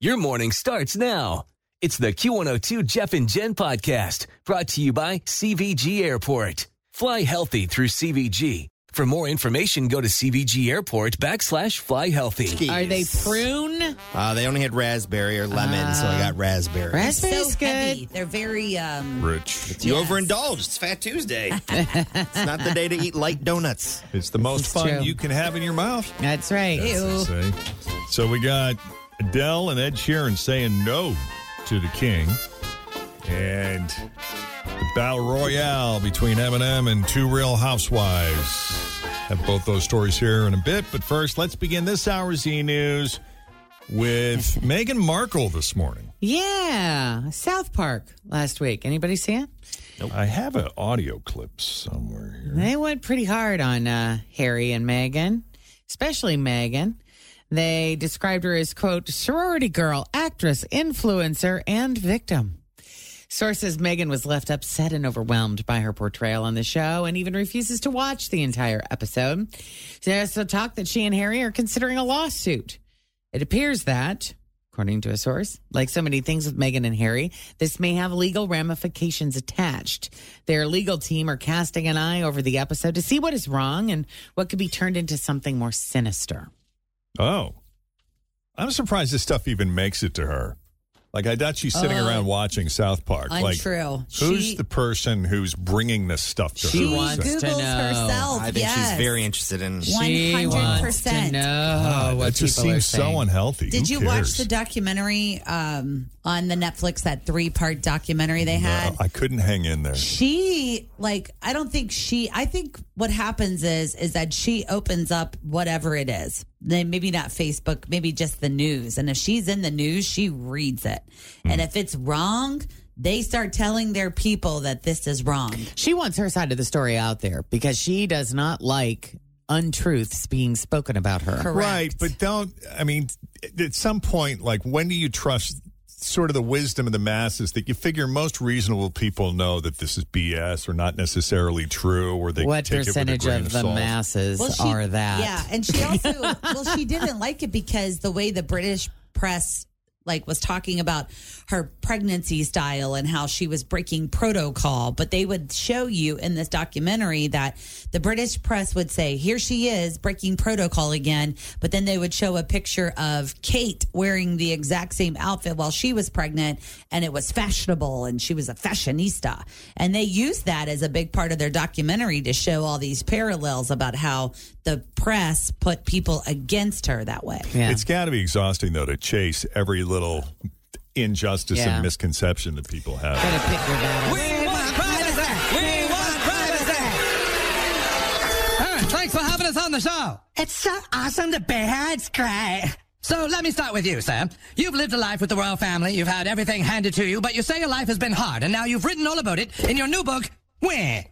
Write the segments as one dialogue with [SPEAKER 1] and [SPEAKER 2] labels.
[SPEAKER 1] Your morning starts now. It's the Q102 Jeff and Jen podcast brought to you by CVG Airport. Fly healthy through CVG. For more information, go to CVG Airport backslash fly healthy.
[SPEAKER 2] Are they prune?
[SPEAKER 3] Uh, they only had raspberry or lemon, so
[SPEAKER 2] Oh.
[SPEAKER 3] I got raspberry.
[SPEAKER 2] Raspberry's
[SPEAKER 4] so
[SPEAKER 2] good.
[SPEAKER 4] heavy. They're very um
[SPEAKER 5] Rich.
[SPEAKER 3] you overindulged. It's Fat Tuesday. it's not the day to eat light donuts.
[SPEAKER 5] It's the most
[SPEAKER 2] is
[SPEAKER 5] fun
[SPEAKER 2] true.
[SPEAKER 5] you can have in your mouth.
[SPEAKER 2] That's right.
[SPEAKER 4] ew.
[SPEAKER 5] See? So we got Adele and Ed Sheeran saying no to the king. And the battle royale between Eminem and Two Real Housewives. Have both those stories here in a bit. But first, let's begin this hour's E! News with Meghan Markle this morning.
[SPEAKER 2] Yeah. South Park last week. Anybody see it?
[SPEAKER 5] I have an audio clip somewhere here.
[SPEAKER 2] They went pretty hard on uh, Harry and Meghan, especially Meghan. They described her as, quote, sorority girl, actress, influencer, and victim. Sources Meghan was left upset and overwhelmed by her portrayal on the show and even refuses to watch the entire episode. There's also talk that she and Harry are considering a lawsuit. It appears that, according to a source, like so many things with Meghan and Harry, this may have legal ramifications attached. Their legal team are casting an eye over the episode to see what is wrong and what could be turned into something more sinister.
[SPEAKER 5] Oh. I'm surprised this stuff even makes it to her. Like, I doubt she's
[SPEAKER 2] Uh,
[SPEAKER 5] sitting around watching South Park.
[SPEAKER 4] Untrue.
[SPEAKER 5] Like, who's
[SPEAKER 4] She-
[SPEAKER 5] the person who's bringing this stuff to
[SPEAKER 2] She
[SPEAKER 5] her?
[SPEAKER 2] wants
[SPEAKER 5] So-
[SPEAKER 2] to
[SPEAKER 4] Googles
[SPEAKER 2] know. Oh,
[SPEAKER 4] herself.
[SPEAKER 3] I think
[SPEAKER 4] yes.
[SPEAKER 3] she's very interested in.
[SPEAKER 2] She wants to
[SPEAKER 4] 100%.
[SPEAKER 2] know Oh, what
[SPEAKER 5] that just
[SPEAKER 2] people are
[SPEAKER 5] seems so
[SPEAKER 2] saying.
[SPEAKER 5] unhealthy.
[SPEAKER 4] Did you
[SPEAKER 5] Who
[SPEAKER 4] watch
[SPEAKER 5] cares?
[SPEAKER 4] the documentary um, on the Netflix? That three part documentary they had.
[SPEAKER 5] No, I couldn't hang in there.
[SPEAKER 4] she like i don't think she i think what happens is is that she opens up whatever it is then maybe not facebook maybe just the news and if she's in the news she reads it
[SPEAKER 5] Hmm.
[SPEAKER 4] and if it's wrong they start telling their people that this is wrong
[SPEAKER 2] She wants her side of the story out there because she does not like untruths being spoken about her.
[SPEAKER 4] correct
[SPEAKER 5] Right, but don't. I mean, at some point, like, when do you trust sort of the wisdom of the masses that you figure most reasonable people know that this is BS or not necessarily true, or they
[SPEAKER 2] what
[SPEAKER 5] take it with a
[SPEAKER 2] percentage
[SPEAKER 5] grain
[SPEAKER 2] of the
[SPEAKER 5] salt?
[SPEAKER 2] masses
[SPEAKER 4] Well, she-
[SPEAKER 2] are that?
[SPEAKER 4] Yeah, and she also well, she didn't like it because the way the British press like was talking about her pregnancy style and how she was breaking protocol, but they would show you in this documentary that the British press would say, "Here she is breaking protocol again," but then they would show a picture of Kate wearing the exact same outfit while she was pregnant and it was fashionable and she was a fashionista. And they used that as a big part of their documentary to show all these parallels about how the press put people against her that way.
[SPEAKER 2] Yeah.
[SPEAKER 5] It's got to be exhausting, though, to chase every little injustice
[SPEAKER 2] Yeah.
[SPEAKER 5] and misconception that people have.
[SPEAKER 2] Gotta pick your battles.
[SPEAKER 6] Ah, Thanks for having us on the show. It's so awesome to be here. It's great. So let me start with you, Sam. You've lived a life with the royal family. You've had everything handed to you, but you say your life has been hard, and now you've written all about it in your new book, Where?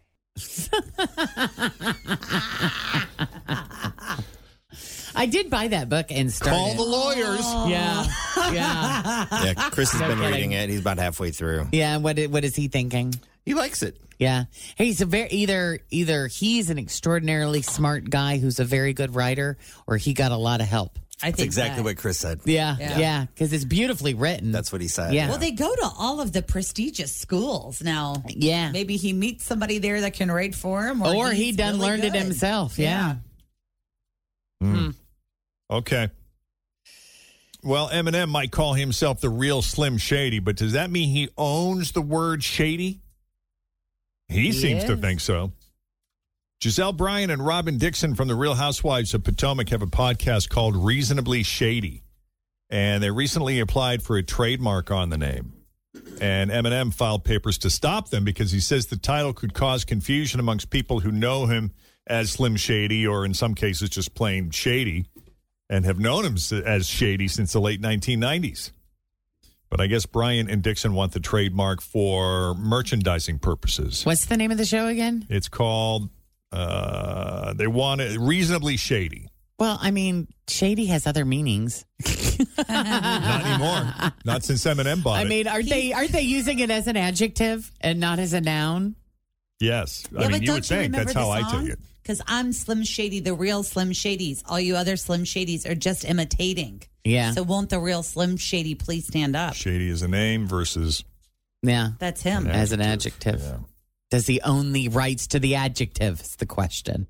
[SPEAKER 2] I did buy that book and started.
[SPEAKER 3] Call the lawyers.
[SPEAKER 2] yeah, yeah,
[SPEAKER 3] Yeah, Chris has been
[SPEAKER 2] Oh. kidding.
[SPEAKER 3] reading it. He's about halfway through.
[SPEAKER 2] yeah. and What is, what is he thinking?
[SPEAKER 3] He likes it.
[SPEAKER 2] Yeah, Hey, he's a very either either he's an extraordinarily smart guy who's a very good writer, or he got a lot of help.
[SPEAKER 4] I think
[SPEAKER 3] That's exactly
[SPEAKER 4] that-
[SPEAKER 3] what Chris said.
[SPEAKER 2] Yeah, yeah, because it's beautifully written.
[SPEAKER 3] That's what he said.
[SPEAKER 2] Mm. Yeah.
[SPEAKER 4] Well, they go to all of the prestigious schools now.
[SPEAKER 2] Yeah.
[SPEAKER 4] Maybe he meets somebody there that can write for him, or,
[SPEAKER 2] or he
[SPEAKER 4] he's
[SPEAKER 2] done
[SPEAKER 4] really
[SPEAKER 2] learned it
[SPEAKER 4] good.
[SPEAKER 2] himself. Yeah.
[SPEAKER 5] Hmm.
[SPEAKER 2] hmm.
[SPEAKER 5] Okay. Well, Eminem might call himself the real Slim Shady, but does that mean he owns the word shady? He,
[SPEAKER 2] He
[SPEAKER 5] seems to
[SPEAKER 2] is.
[SPEAKER 5] think so. Giselle Bryan and Robin Dixon from The Real Housewives of Potomac have a podcast called Reasonably Shady, and they recently applied for a trademark on the name. And Eminem filed papers to stop them because he says the title could cause confusion amongst people who know him as Slim Shady or, in some cases, just plain Shady and have known him s- as Shady since the late 1990s. But I guess Brian and Dixon want the trademark for merchandising purposes.
[SPEAKER 2] What's the name of the show again?
[SPEAKER 5] It's called, uh, they want it reasonably shady.
[SPEAKER 2] Well, I mean, shady has other meanings.
[SPEAKER 5] Not anymore. Not since Eminem bought
[SPEAKER 2] I
[SPEAKER 5] it.
[SPEAKER 2] mean, aren't they aren't they using it as an adjective and not as a noun?
[SPEAKER 5] yes.
[SPEAKER 4] Yeah,
[SPEAKER 5] I mean,
[SPEAKER 4] but
[SPEAKER 5] you would
[SPEAKER 4] don't you
[SPEAKER 5] think
[SPEAKER 4] remember
[SPEAKER 5] that's how I
[SPEAKER 4] the song?
[SPEAKER 5] took it.
[SPEAKER 4] Because I'm Slim Shady, the real Slim Shadys. All you other Slim Shadys are just imitating.
[SPEAKER 2] Yeah.
[SPEAKER 4] So won't the real Slim Shady please stand up?
[SPEAKER 5] Shady is a name versus
[SPEAKER 2] Yeah.
[SPEAKER 4] That's him.
[SPEAKER 2] As an adjective. Does he own the rights to the adjective? Is the question.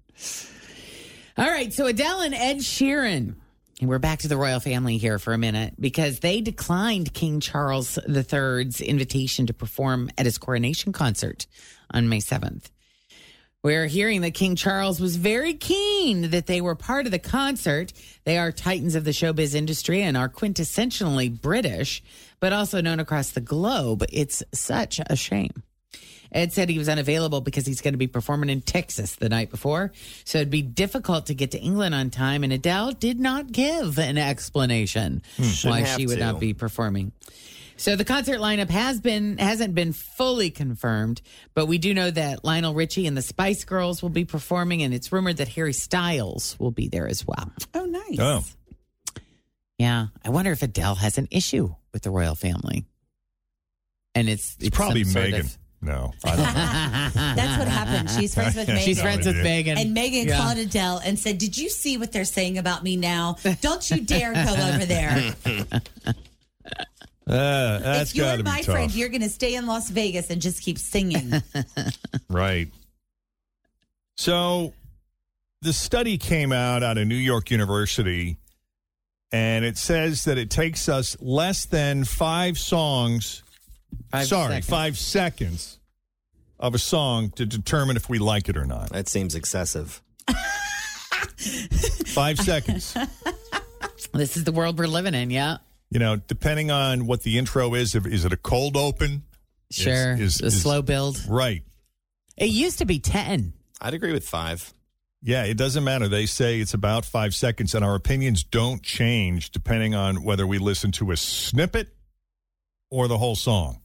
[SPEAKER 2] All right. So Adele and Ed Sheeran. And we're back to the royal family here for a minute because they declined King Charles III's invitation to perform at his coronation concert on May 7th. We're hearing that King Charles was very keen that they were part of the concert. They are titans of the showbiz industry and are quintessentially British, but also known across the globe. It's such a shame. Ed said he was unavailable because he's going to be performing in Texas the night before, so it'd be difficult to get to England on time. And Adele did not give an explanation why
[SPEAKER 3] Hmm. have
[SPEAKER 2] she would
[SPEAKER 3] to.
[SPEAKER 2] not be performing. So the concert lineup has been hasn't been fully confirmed, but we do know that Lionel Richie and the Spice Girls will be performing, and it's rumored that Harry Styles will be there as well.
[SPEAKER 4] Oh, nice.
[SPEAKER 5] Oh.
[SPEAKER 2] Yeah, I wonder if Adele has an issue with the royal family, and it's
[SPEAKER 5] It's, probably
[SPEAKER 2] some sort
[SPEAKER 5] Megan.
[SPEAKER 2] of-
[SPEAKER 5] No, I don't know.
[SPEAKER 4] That's what happened. She's friends with Megan.
[SPEAKER 2] She's
[SPEAKER 5] No
[SPEAKER 2] friends with
[SPEAKER 5] idea.
[SPEAKER 2] Megan,
[SPEAKER 4] And Megan
[SPEAKER 2] Yeah.
[SPEAKER 4] called Adele and said, Did you see what they're saying about me now? Don't you dare go over there.
[SPEAKER 5] uh, that's
[SPEAKER 4] if you're
[SPEAKER 5] got to be
[SPEAKER 4] my
[SPEAKER 5] tough.
[SPEAKER 4] friend, you're going to stay in Las Vegas and just keep singing.
[SPEAKER 5] Right. So the study came out out of New York University and it says that it takes us less than 5 songs
[SPEAKER 2] Five
[SPEAKER 5] sorry,
[SPEAKER 2] seconds.
[SPEAKER 5] 5 seconds of a song to determine if we like it or not.
[SPEAKER 3] That seems excessive.
[SPEAKER 5] 5 seconds.
[SPEAKER 2] This is the world we're living in. Yeah,
[SPEAKER 5] You know, depending on what the intro is of is it a cold open?
[SPEAKER 2] sure.
[SPEAKER 5] is-
[SPEAKER 2] a
[SPEAKER 5] is-
[SPEAKER 2] slow build.
[SPEAKER 5] Right.
[SPEAKER 2] It used to be ten.
[SPEAKER 3] I'd agree with five.
[SPEAKER 5] Yeah, it doesn't matter. They say it's about 5 seconds and our opinions don't change depending on whether we listen to a snippet or the whole song.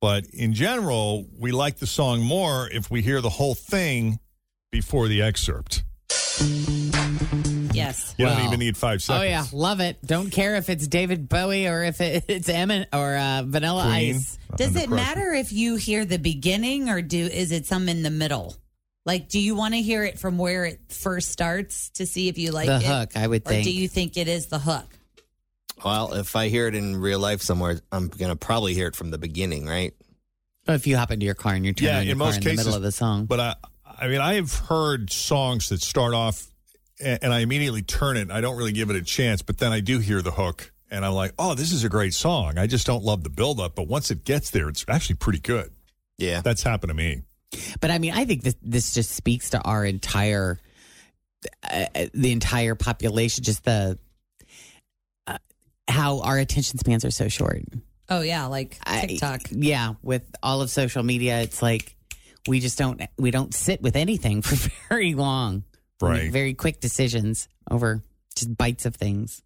[SPEAKER 5] But in general, we like the song more if we hear the whole thing before the excerpt.
[SPEAKER 4] yes.
[SPEAKER 5] You don't
[SPEAKER 2] Well,
[SPEAKER 5] even need five seconds.
[SPEAKER 2] Oh yeah, love it. Don't care if it's David Bowie or if it, it's Emin or uh, Vanilla
[SPEAKER 5] Queen,
[SPEAKER 2] Ice.
[SPEAKER 4] Does
[SPEAKER 5] Under
[SPEAKER 4] it
[SPEAKER 5] Pressure.
[SPEAKER 4] matter if you hear the beginning or do is it some in the middle? Like, do you want to hear it from where it first starts to see if you like
[SPEAKER 2] the
[SPEAKER 4] it?
[SPEAKER 2] hook, I would
[SPEAKER 4] Or
[SPEAKER 2] think.
[SPEAKER 4] do you think it is the hook?
[SPEAKER 3] Well, if I hear it in real life somewhere, I'm gonna probably hear it from the beginning, right?
[SPEAKER 2] Oh, if you hop into your car and you're turning
[SPEAKER 5] Yeah,
[SPEAKER 2] on your
[SPEAKER 5] in
[SPEAKER 2] car
[SPEAKER 5] most
[SPEAKER 2] in
[SPEAKER 5] cases.
[SPEAKER 2] the middle of the song,
[SPEAKER 5] But I, I mean, I have heard songs that start off and, and I immediately turn it. I don't really give it a chance, but then I do hear the hook and I'm like, oh, this is a great song. I just don't love the buildup, but once it gets there, it's actually pretty good.
[SPEAKER 3] Yeah.
[SPEAKER 5] That's happened to me.
[SPEAKER 2] But I mean, I think this this just speaks to our entire, uh, uh, the entire population. Just the uh, how our attention spans are so short.
[SPEAKER 4] Oh yeah, like
[SPEAKER 2] I-
[SPEAKER 4] TikTok.
[SPEAKER 2] yeah, with all of social media, it's like we just don't we don't sit with anything for very long. We make
[SPEAKER 5] Right.
[SPEAKER 2] very quick decisions over just bites of things.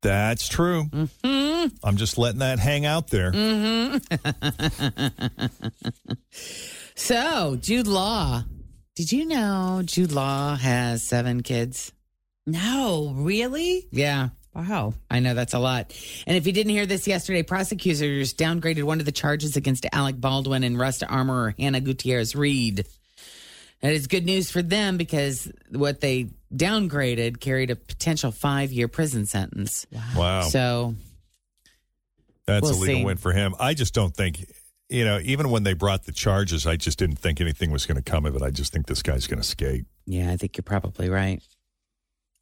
[SPEAKER 5] That's true.
[SPEAKER 2] Hmm.
[SPEAKER 5] I'm just letting that hang out there.
[SPEAKER 2] Mm-hmm. So Jude Law, did you know Jude Law has seven kids?
[SPEAKER 4] no, really?
[SPEAKER 2] Yeah.
[SPEAKER 4] Wow.
[SPEAKER 2] I know that's a lot. And if you didn't hear this yesterday, prosecutors downgraded one of the charges against Alec Baldwin and Rust Armorer Hannah Gutierrez Reed. That is good news for them because what they downgraded carried a potential five year prison sentence.
[SPEAKER 5] Wow.
[SPEAKER 2] Mm-hmm. So,
[SPEAKER 5] That's
[SPEAKER 2] we'll
[SPEAKER 5] a legal
[SPEAKER 2] see.
[SPEAKER 5] win for him. I just don't think, you know, even when they brought the charges, I just didn't think anything was going to come of it. I just think this guy's going to skate.
[SPEAKER 2] yeah, I think you're probably right.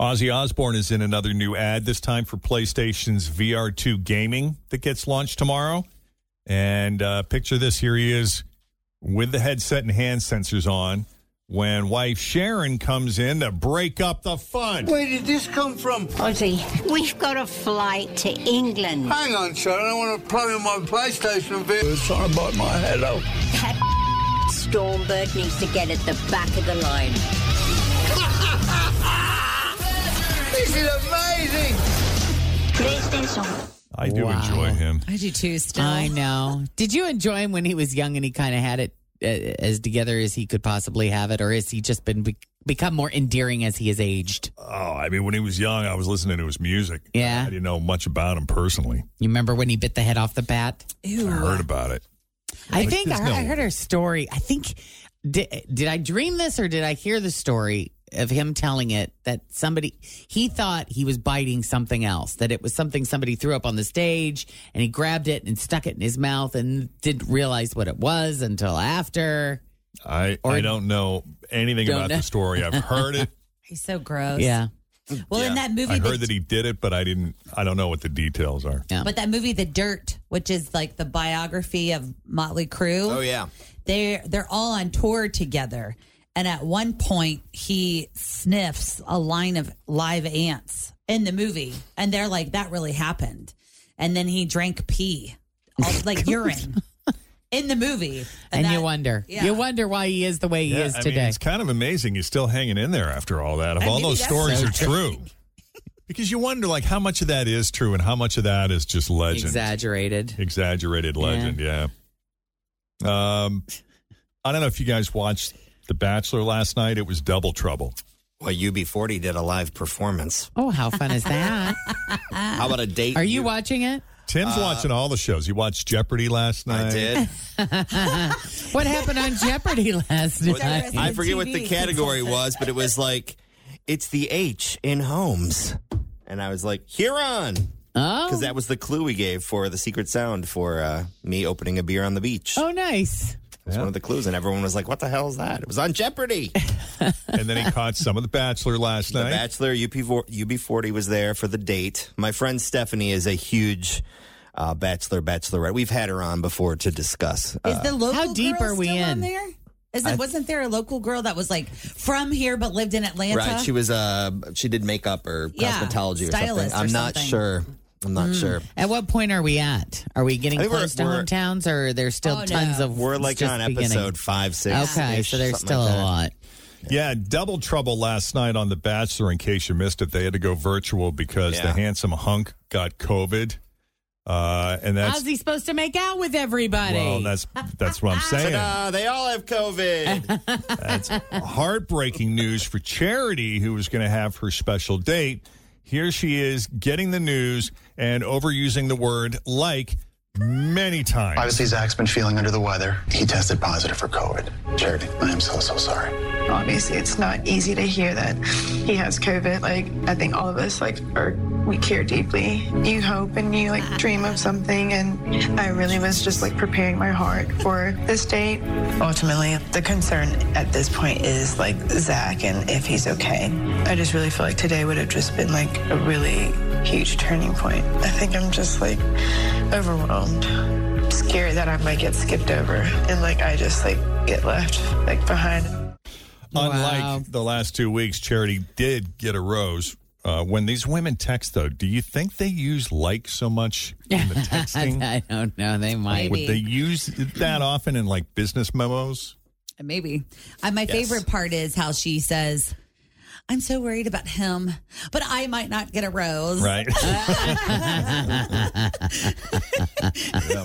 [SPEAKER 5] Ozzy Osbourne is in another new ad, this time for PlayStation's VR2 gaming that gets launched tomorrow. And uh, picture this here he is with the headset and hand sensors on when wife Sharon comes in to break up the fun.
[SPEAKER 7] Where did this come from?
[SPEAKER 8] Ozzy, we've got a flight to England.
[SPEAKER 7] Hang on, sir. I don't want to plug in my PlayStation video. Sorry about my head off.
[SPEAKER 8] That Stormbird needs to get at the back of the line.
[SPEAKER 7] This is amazing.
[SPEAKER 8] PlayStation.
[SPEAKER 5] I do
[SPEAKER 2] Wow.
[SPEAKER 5] enjoy him.
[SPEAKER 4] I do too. Still,
[SPEAKER 2] I know. Did you enjoy him when he was young and he kind of had it uh, as together as he could possibly have it, or has he just been be- become more endearing as he has aged?
[SPEAKER 5] Oh, I mean, when he was young, I was listening to his music.
[SPEAKER 2] Yeah.
[SPEAKER 5] I didn't know much about him personally.
[SPEAKER 2] You remember when he bit the head off the bat?
[SPEAKER 4] Ew.
[SPEAKER 5] I heard about it.
[SPEAKER 2] I think I,
[SPEAKER 5] there's no-
[SPEAKER 2] I heard her story. I think did, did I dream this or did I hear the story of him telling it that somebody he thought he was biting something else that it was something somebody threw up on the stage and he grabbed it and stuck it in his mouth and didn't realize what it was until after.
[SPEAKER 5] I
[SPEAKER 2] Or-
[SPEAKER 5] I don't know anything
[SPEAKER 2] Don't
[SPEAKER 5] about
[SPEAKER 2] know.
[SPEAKER 5] the story. I've heard it.
[SPEAKER 4] he's so gross.
[SPEAKER 2] Yeah.
[SPEAKER 4] Well, in
[SPEAKER 5] Yeah.
[SPEAKER 4] that movie,
[SPEAKER 5] I
[SPEAKER 4] the
[SPEAKER 5] heard that he did it, but I didn't. I don't know what the details are.
[SPEAKER 4] But that movie, The Dirt, which is like the biography of Motley Crue.
[SPEAKER 3] Oh yeah.
[SPEAKER 4] They're they're all on tour together. And at one point he sniffs a line of live ants in the movie. And they're like, that really happened. And then he drank pee. all- like urine. In the movie.
[SPEAKER 2] And,
[SPEAKER 4] that-
[SPEAKER 2] you wonder.
[SPEAKER 4] yeah.
[SPEAKER 2] You wonder why he is the way he
[SPEAKER 5] Yeah,
[SPEAKER 2] is
[SPEAKER 5] I mean,
[SPEAKER 2] today.
[SPEAKER 5] it's kind of amazing he's still hanging in there after all that. If
[SPEAKER 4] And
[SPEAKER 5] all
[SPEAKER 4] maybe
[SPEAKER 5] those
[SPEAKER 4] that's
[SPEAKER 5] stories
[SPEAKER 4] so
[SPEAKER 5] are true, because you wonder like how much of that is true and how much of that is just legend,
[SPEAKER 2] Exaggerated.
[SPEAKER 5] exaggerated legend. Yeah. Um, I don't know if you guys watched The Bachelor last night. It was double trouble.
[SPEAKER 3] Well, UB40 did a live performance.
[SPEAKER 2] Oh, how fun is that?
[SPEAKER 3] How about a date?
[SPEAKER 2] Ah. Are you watching it?
[SPEAKER 5] Tim's watching all the shows. He watched Jeopardy last night.
[SPEAKER 3] Uh, I did.
[SPEAKER 2] What happened on Jeopardy last night?
[SPEAKER 3] I forget what the
[SPEAKER 4] TV
[SPEAKER 3] category
[SPEAKER 4] consultant.
[SPEAKER 3] was, but it was like, it's the H in Holmes. And I was like, Huron.
[SPEAKER 2] Oh,
[SPEAKER 3] Because that was the clue we gave for the secret sound for uh, me opening a beer on the beach.
[SPEAKER 2] oh, nice.
[SPEAKER 3] It was one of the clues. And everyone was like, what the hell is that? It was on Jeopardy.
[SPEAKER 5] And then he caught some of The Bachelor last
[SPEAKER 3] The
[SPEAKER 5] night.
[SPEAKER 3] Bachelor UP4, UB40 was there for the date. My friend Stephanie is a huge uh, Bachelor, Bachelorette. We've had her on before to discuss. Uh,
[SPEAKER 4] Is the local
[SPEAKER 2] How deep
[SPEAKER 4] girl
[SPEAKER 2] are we
[SPEAKER 4] still on
[SPEAKER 2] in?
[SPEAKER 4] there? Is it, wasn't there a local girl that was like from here but lived in Atlanta?
[SPEAKER 3] right. She was, uh, she did makeup or
[SPEAKER 4] Yeah,
[SPEAKER 3] cosmetology or something.
[SPEAKER 4] stylist or
[SPEAKER 3] I'm not
[SPEAKER 4] something. Mm.
[SPEAKER 3] sure. I'm not sure.
[SPEAKER 2] At what point are we at? Are we getting
[SPEAKER 3] I think we're-
[SPEAKER 2] close to
[SPEAKER 3] we're-
[SPEAKER 2] hometowns, or are there still
[SPEAKER 4] Oh, no.
[SPEAKER 2] tons of?
[SPEAKER 3] We're
[SPEAKER 2] it's
[SPEAKER 3] like
[SPEAKER 2] just
[SPEAKER 3] on
[SPEAKER 2] beginning?
[SPEAKER 3] episode five, six.
[SPEAKER 2] Okay, so there's still a lot.
[SPEAKER 5] Yeah, double trouble last night on The Bachelor. In case you missed it, they had to go virtual because the
[SPEAKER 3] Yeah.
[SPEAKER 5] handsome hunk got COVID, uh, and that's
[SPEAKER 2] How's he supposed to make out with everybody?
[SPEAKER 5] well, that's that's what I'm saying.
[SPEAKER 3] Ta-da, they all have COVID.
[SPEAKER 5] Heartbreaking news for Charity, who was going to have her special date. Here she is getting the news and overusing the word like many times.
[SPEAKER 9] Obviously, Zach's been feeling under the weather. He tested positive for COVID. Charity, I am so, so sorry.
[SPEAKER 10] obviously it's not easy to hear that he has covid like i think all of us like are we care deeply you hope and you like dream of something and i really was just like preparing my heart for this date ultimately the concern at this point is like zach and if he's okay i just really feel like today would have just been like a really huge turning point i think i'm just like overwhelmed scared that i might get skipped over and like i just like get left like behind
[SPEAKER 5] Unlike
[SPEAKER 2] Wow.
[SPEAKER 5] the last two weeks, Charity did get a rose. Uh, when these women text, though, do you think they use like so much in the texting?
[SPEAKER 2] I don't know. They might.
[SPEAKER 4] Maybe.
[SPEAKER 5] Would they use it that often in like business memos?
[SPEAKER 4] Maybe. Uh, my favorite part is how she says, I'm so worried about him, but I might not get a rose.
[SPEAKER 5] Right. Yeah.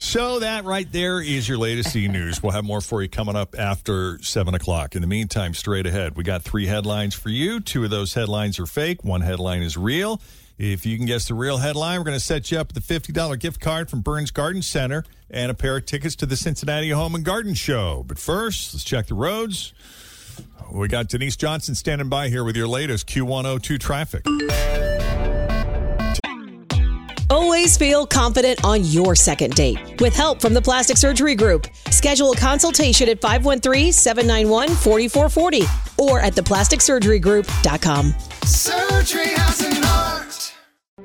[SPEAKER 5] So that right there is your latest e news. We'll have more for you coming up after seven o'clock. In the meantime, straight ahead, we got three headlines for you. Two of those headlines are fake. One headline is real. If you can guess the real headline, we're going to set you up with a fifty dollar gift card from Burns Garden Center and a pair of tickets to the Cincinnati Home and Garden Show. But first, let's check the roads. We got Denise Johnson standing by here with your latest Q102 traffic.
[SPEAKER 11] Always feel confident on your second date. With help from the Plastic Surgery Group, schedule a consultation at 513 791 4440 or at theplasticsurgerygroup.com.
[SPEAKER 9] Surgery has an art.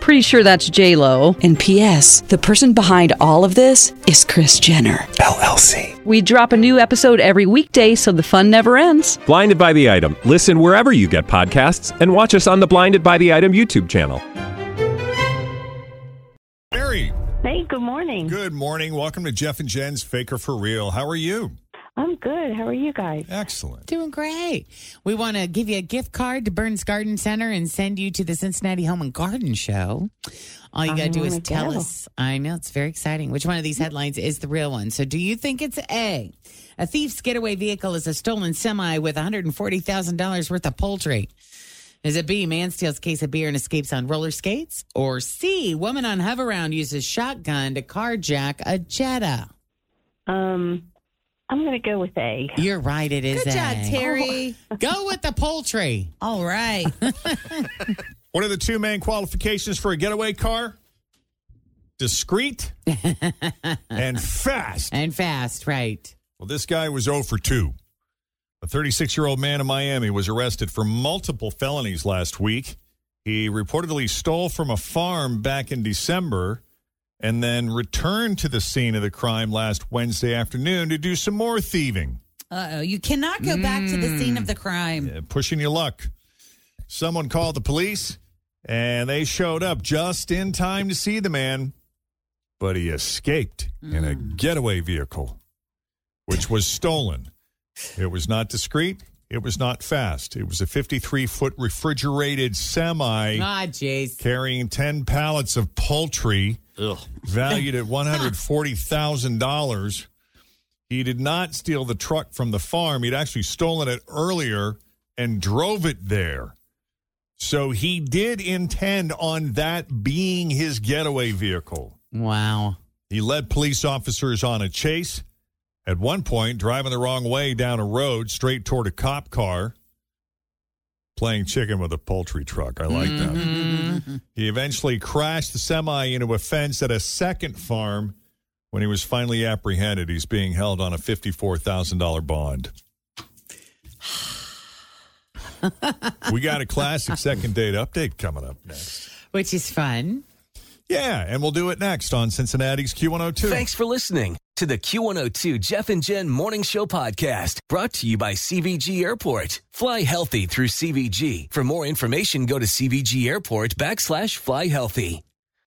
[SPEAKER 12] Pretty sure that's J Lo. And P.S. The person behind all of this is Chris Jenner
[SPEAKER 13] LLC.
[SPEAKER 12] We drop a new episode every weekday, so the fun never ends.
[SPEAKER 13] Blinded by the item. Listen wherever you get podcasts, and watch us on the Blinded by the Item YouTube channel.
[SPEAKER 5] Mary,
[SPEAKER 14] Hey, good morning.
[SPEAKER 5] good morning. Welcome to Jeff and Jen's Faker for Real. How are you?
[SPEAKER 14] I'm good. How are you guys?
[SPEAKER 5] Excellent.
[SPEAKER 2] Doing great. We want to give you a gift card to Burns Garden Center and send you to the Cincinnati Home and Garden Show. All you
[SPEAKER 14] I
[SPEAKER 2] got to do is
[SPEAKER 14] wanna
[SPEAKER 2] tell
[SPEAKER 14] go.
[SPEAKER 2] us. I know it's very exciting. Which one of these headlines is the real one? So, do you think it's A? A thief's getaway vehicle is a stolen semi with $140,000 worth of poultry. Is it B? Man steals case of beer and escapes on roller skates? Or C? Woman on hover round uses shotgun to carjack a Jetta?
[SPEAKER 14] Um, I'm going to go with A.
[SPEAKER 2] You're right. It is
[SPEAKER 14] Good
[SPEAKER 2] A.
[SPEAKER 14] job,
[SPEAKER 3] Oh,
[SPEAKER 14] Terry.
[SPEAKER 2] Go with the poultry.
[SPEAKER 4] All right.
[SPEAKER 5] What are the two main qualifications for a getaway car? Discreet and fast.
[SPEAKER 2] And fast, right.
[SPEAKER 5] Well, this guy was 0 for 2. A 36 year old man in Miami was arrested for multiple felonies last week. He reportedly stole from a farm back in December and then returned to the scene of the crime last Wednesday afternoon to do some more thieving.
[SPEAKER 4] Uh oh. You cannot go back to the scene of the crime.
[SPEAKER 5] Yeah, pushing your luck. Someone called the police, and they showed up just in time to see the man, but he escaped in a getaway vehicle, which was stolen. It was not discreet. It was not fast. It was a 53 foot refrigerated semi
[SPEAKER 2] Ah, jeez.
[SPEAKER 5] carrying 10 pallets of poultry valued at $140,000. He did not steal the truck from the farm. He'd actually stolen it earlier and drove it there. So he did intend on that being his getaway vehicle.
[SPEAKER 2] Wow.
[SPEAKER 5] He led police officers on a chase. At one point, driving the wrong way down a road straight toward a cop car, playing chicken with a poultry truck. I like that. He eventually crashed the semi into a fence at a second farm. When he was finally apprehended, he's being held on a $54,000 bond. we got a classic second date update coming up next.
[SPEAKER 2] Which is fun.
[SPEAKER 5] Yeah, and we'll do it next on Cincinnati's Q102.
[SPEAKER 1] Thanks for listening to the Q102 Jeff and Jen Morning Show podcast brought to you by CVG Airport. Fly healthy through CVG. For more information, go to CVG Airport backslash fly healthy.